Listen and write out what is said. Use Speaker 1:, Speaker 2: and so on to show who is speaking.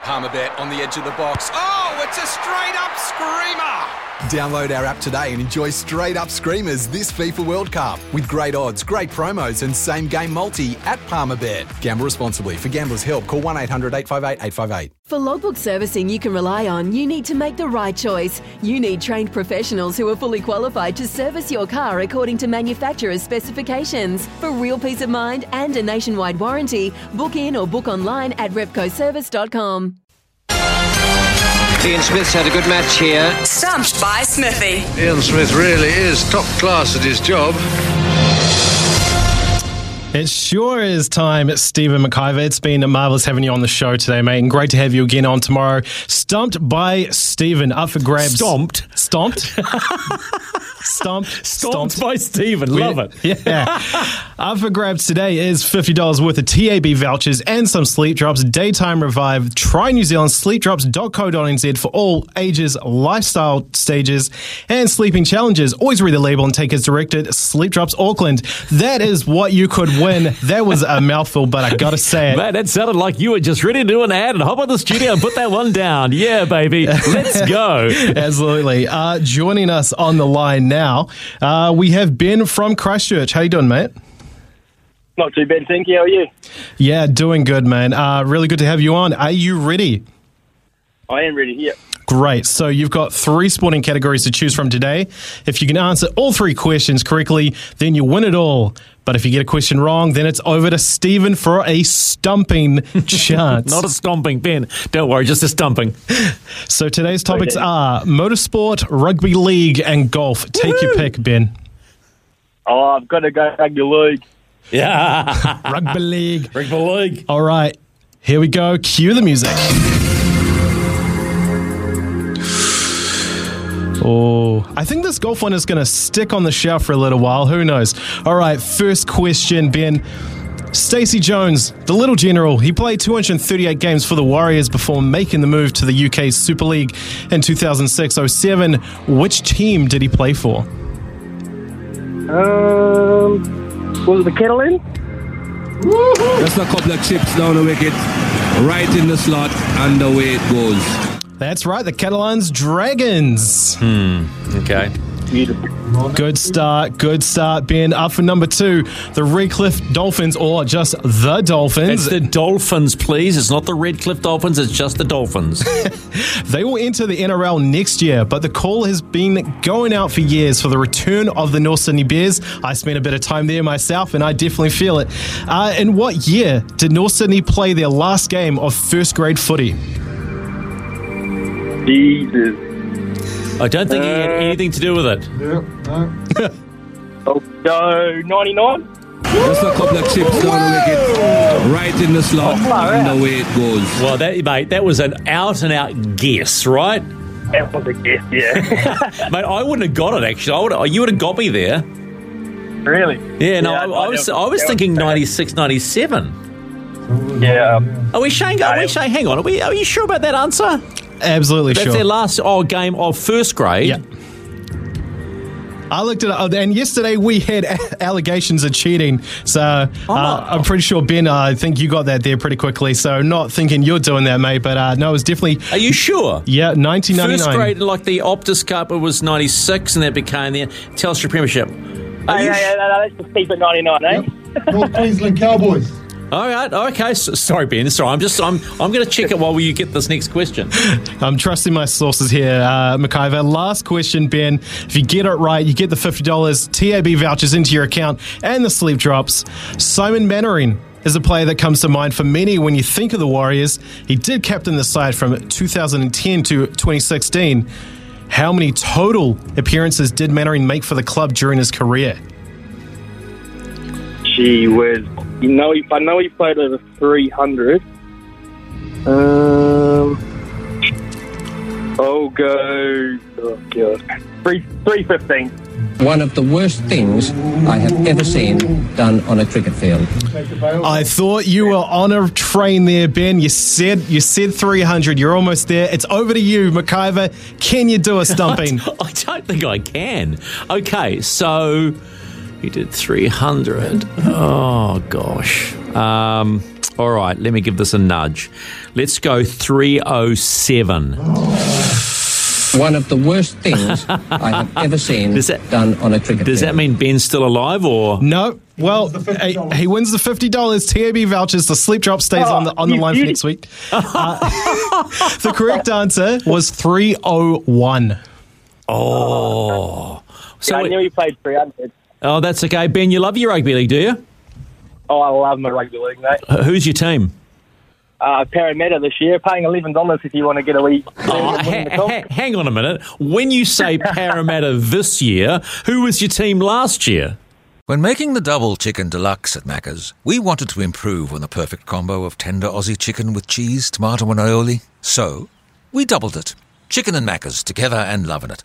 Speaker 1: Palmerbet on the edge of the box. Oh, it's a straight up screamer! Download our app today and enjoy straight up screamers this FIFA World Cup with great odds, great promos, and same game multi at Palmerbet. Gamble responsibly. For gamblers' help, call 1 800 858 858.
Speaker 2: For logbook servicing you can rely on, you need to make the right choice. You need trained professionals who are fully qualified to service your car according to manufacturer's specifications. For real peace of mind and a nationwide warranty, book in or book online at repcoservice.com.
Speaker 3: Ian Smith's had a good match here.
Speaker 4: Stumped by Smithy.
Speaker 5: Ian Smith really is top class at his job.
Speaker 6: It sure is time, It's Stephen McIver. It's been marvellous having you on the show today, mate, and great to have you again on tomorrow. Stumped by Stephen, up for grabs.
Speaker 7: Stomped?
Speaker 6: Stomped. Stomped. Stomped.
Speaker 7: Stomped by Stephen. Love it.
Speaker 6: Yeah. Up for grabs today is $50 worth of TAB vouchers and some sleep drops. Daytime Revive. Try New Zealand sleepdrops.co.nz for all ages, lifestyle stages, and sleeping challenges. Always read the label and take as directed. Sleep Drops Auckland. That is what you could win. That was a mouthful, but I gotta say it.
Speaker 7: Man, that sounded like you were just ready to do an ad and hop on the studio and put that one down. Yeah, baby. Let's go.
Speaker 6: Absolutely. Uh, joining us on the line now, uh, we have Ben from Christchurch. How you doing, mate?
Speaker 8: Not too bad, thank you. How are you?
Speaker 6: Yeah, doing good, man. Uh, really good to have you on. Are you ready?
Speaker 8: I am ready. Yeah.
Speaker 6: Great. So you've got three sporting categories to choose from today. If you can answer all three questions correctly, then you win it all. But if you get a question wrong, then it's over to Stephen for a stumping chance.
Speaker 7: Not a stomping, Ben. Don't worry, just a stumping.
Speaker 6: so today's topics are motorsport, rugby league, and golf. Take your pick, Ben.
Speaker 8: Oh, I've got to go rugby league.
Speaker 7: Yeah.
Speaker 6: Rugby league.
Speaker 7: Rugby league.
Speaker 6: All right, here we go. Cue the music. Oh, I think this golf one is going to stick on the shelf for a little while. Who knows? All right, first question, Ben. Stacey Jones, the little general, he played 238 games for the Warriors before making the move to the UK Super League in 2006 07. Which team did he play for?
Speaker 8: Um, was it the kettle in?
Speaker 9: Just a couple of chips down the wicket, right in the slot, and away it goes.
Speaker 6: That's right, the Catalans Dragons.
Speaker 7: Okay.
Speaker 8: Beautiful.
Speaker 6: Good start, good start, Ben. Up for number two, the Redcliffe Dolphins, or just the
Speaker 7: It's
Speaker 6: Dolphins.
Speaker 7: the Dolphins, please. It's not the Redcliffe Dolphins, it's just the Dolphins.
Speaker 6: They will enter the NRL next year, but the call has been going out for years for the return of the North Sydney Bears. I spent a bit of time there myself, and I definitely feel it. Uh, in what year did North Sydney play their last game of first grade footy?
Speaker 8: Jesus.
Speaker 7: I don't think he had
Speaker 5: Uh,
Speaker 7: anything to do with it.
Speaker 8: I'll go 99.
Speaker 9: Just a couple of chips down the wicket, right in the slot, and away it goes.
Speaker 7: Well, that, mate, that was an out and out guess, right? Mate,
Speaker 8: That was a guess, yeah.
Speaker 7: I wouldn't have got it, actually. I would, oh, you would have got me there.
Speaker 8: really?
Speaker 7: Yeah, no,
Speaker 8: Yeah,
Speaker 7: I, I was,
Speaker 8: I know.
Speaker 7: I was
Speaker 8: Yeah,
Speaker 7: thinking
Speaker 8: I know.
Speaker 7: 96, 97.
Speaker 8: Yeah. um,
Speaker 7: Are we Shane? Are we
Speaker 8: No.
Speaker 7: Shane? Hang on. Are we? Are you sure about that answer?
Speaker 6: Absolutely
Speaker 7: That's
Speaker 6: sure.
Speaker 7: their last oh, game of first grade.
Speaker 6: Yeah. I looked it up, Oh, and yesterday we had a- allegations of cheating. So uh,
Speaker 7: Oh.
Speaker 6: I'm pretty sure, Ben, uh, I think you got that there pretty quickly. So not thinking you're doing that, mate, but uh, no, it was definitely,
Speaker 7: Are you sure?
Speaker 6: yeah,
Speaker 7: First
Speaker 6: 1999.
Speaker 7: grade, like the Optus Cup, it was 96, and that became the Telstra Premiership. Are
Speaker 8: Hey, hey,
Speaker 7: you
Speaker 8: hey,
Speaker 7: sh-
Speaker 8: oh, no, no, let's just keep it 99, eh?
Speaker 10: North Queensland Cowboys.
Speaker 7: All right, okay. s sorry, Ben. Sorry, I'm just I'm I'm going to check it while you get this next question.
Speaker 6: I'm trusting my sources here, uh, McIver. Last question, Ben. If you get it right, you get the $50 TAB vouchers into your account and the sleep drops. Simon Mannering is a player that comes to mind for many when you think of the Warriors. He did captain the side from 2010 to 2016. How many total appearances did Mannering make for the club during his career?
Speaker 8: She was. You know, he, I know he played over 300. Um. I'll go oh God, three three fifteen.
Speaker 11: One of the worst things I have ever seen done on a cricket field.
Speaker 6: I thought you were on a train there, Ben. You said you said 300. You're almost there. It's over to you, McIver. Can you do a stumping?
Speaker 7: I, I don't think I can. Okay, so he did 300. Oh, gosh. Um, all right, let me give this a nudge. Let's go 307.
Speaker 11: One of the worst things I have ever seen done on a cricket
Speaker 7: Does that
Speaker 11: field.
Speaker 7: mean Ben's still alive or?
Speaker 6: No. Well, he he wins the fifty dollars TAB vouchers. The sleep drop stays on the on the
Speaker 7: you
Speaker 6: line for
Speaker 7: beauty.
Speaker 6: next week. Uh, the correct answer was three oh one.
Speaker 7: Oh. So
Speaker 8: I
Speaker 7: it-
Speaker 8: knew he played three hundred.
Speaker 7: Oh, that's okay. Ben, you love your rugby league, do you?
Speaker 8: Oh, I love my rugby league, mate.
Speaker 7: Wh- Who's your team?
Speaker 8: Uh, Parramatta this year, paying eleven dollars if you want to get a wee.
Speaker 7: Oh, ha- ha- hang on a minute. When you say Parramatta this year, who was your team last year?
Speaker 12: When making the double chicken deluxe at Macca's, we wanted to improve on the perfect combo of tender Aussie chicken with cheese, tomato, and aioli. So, we doubled it. Chicken and Macca's together and loving it.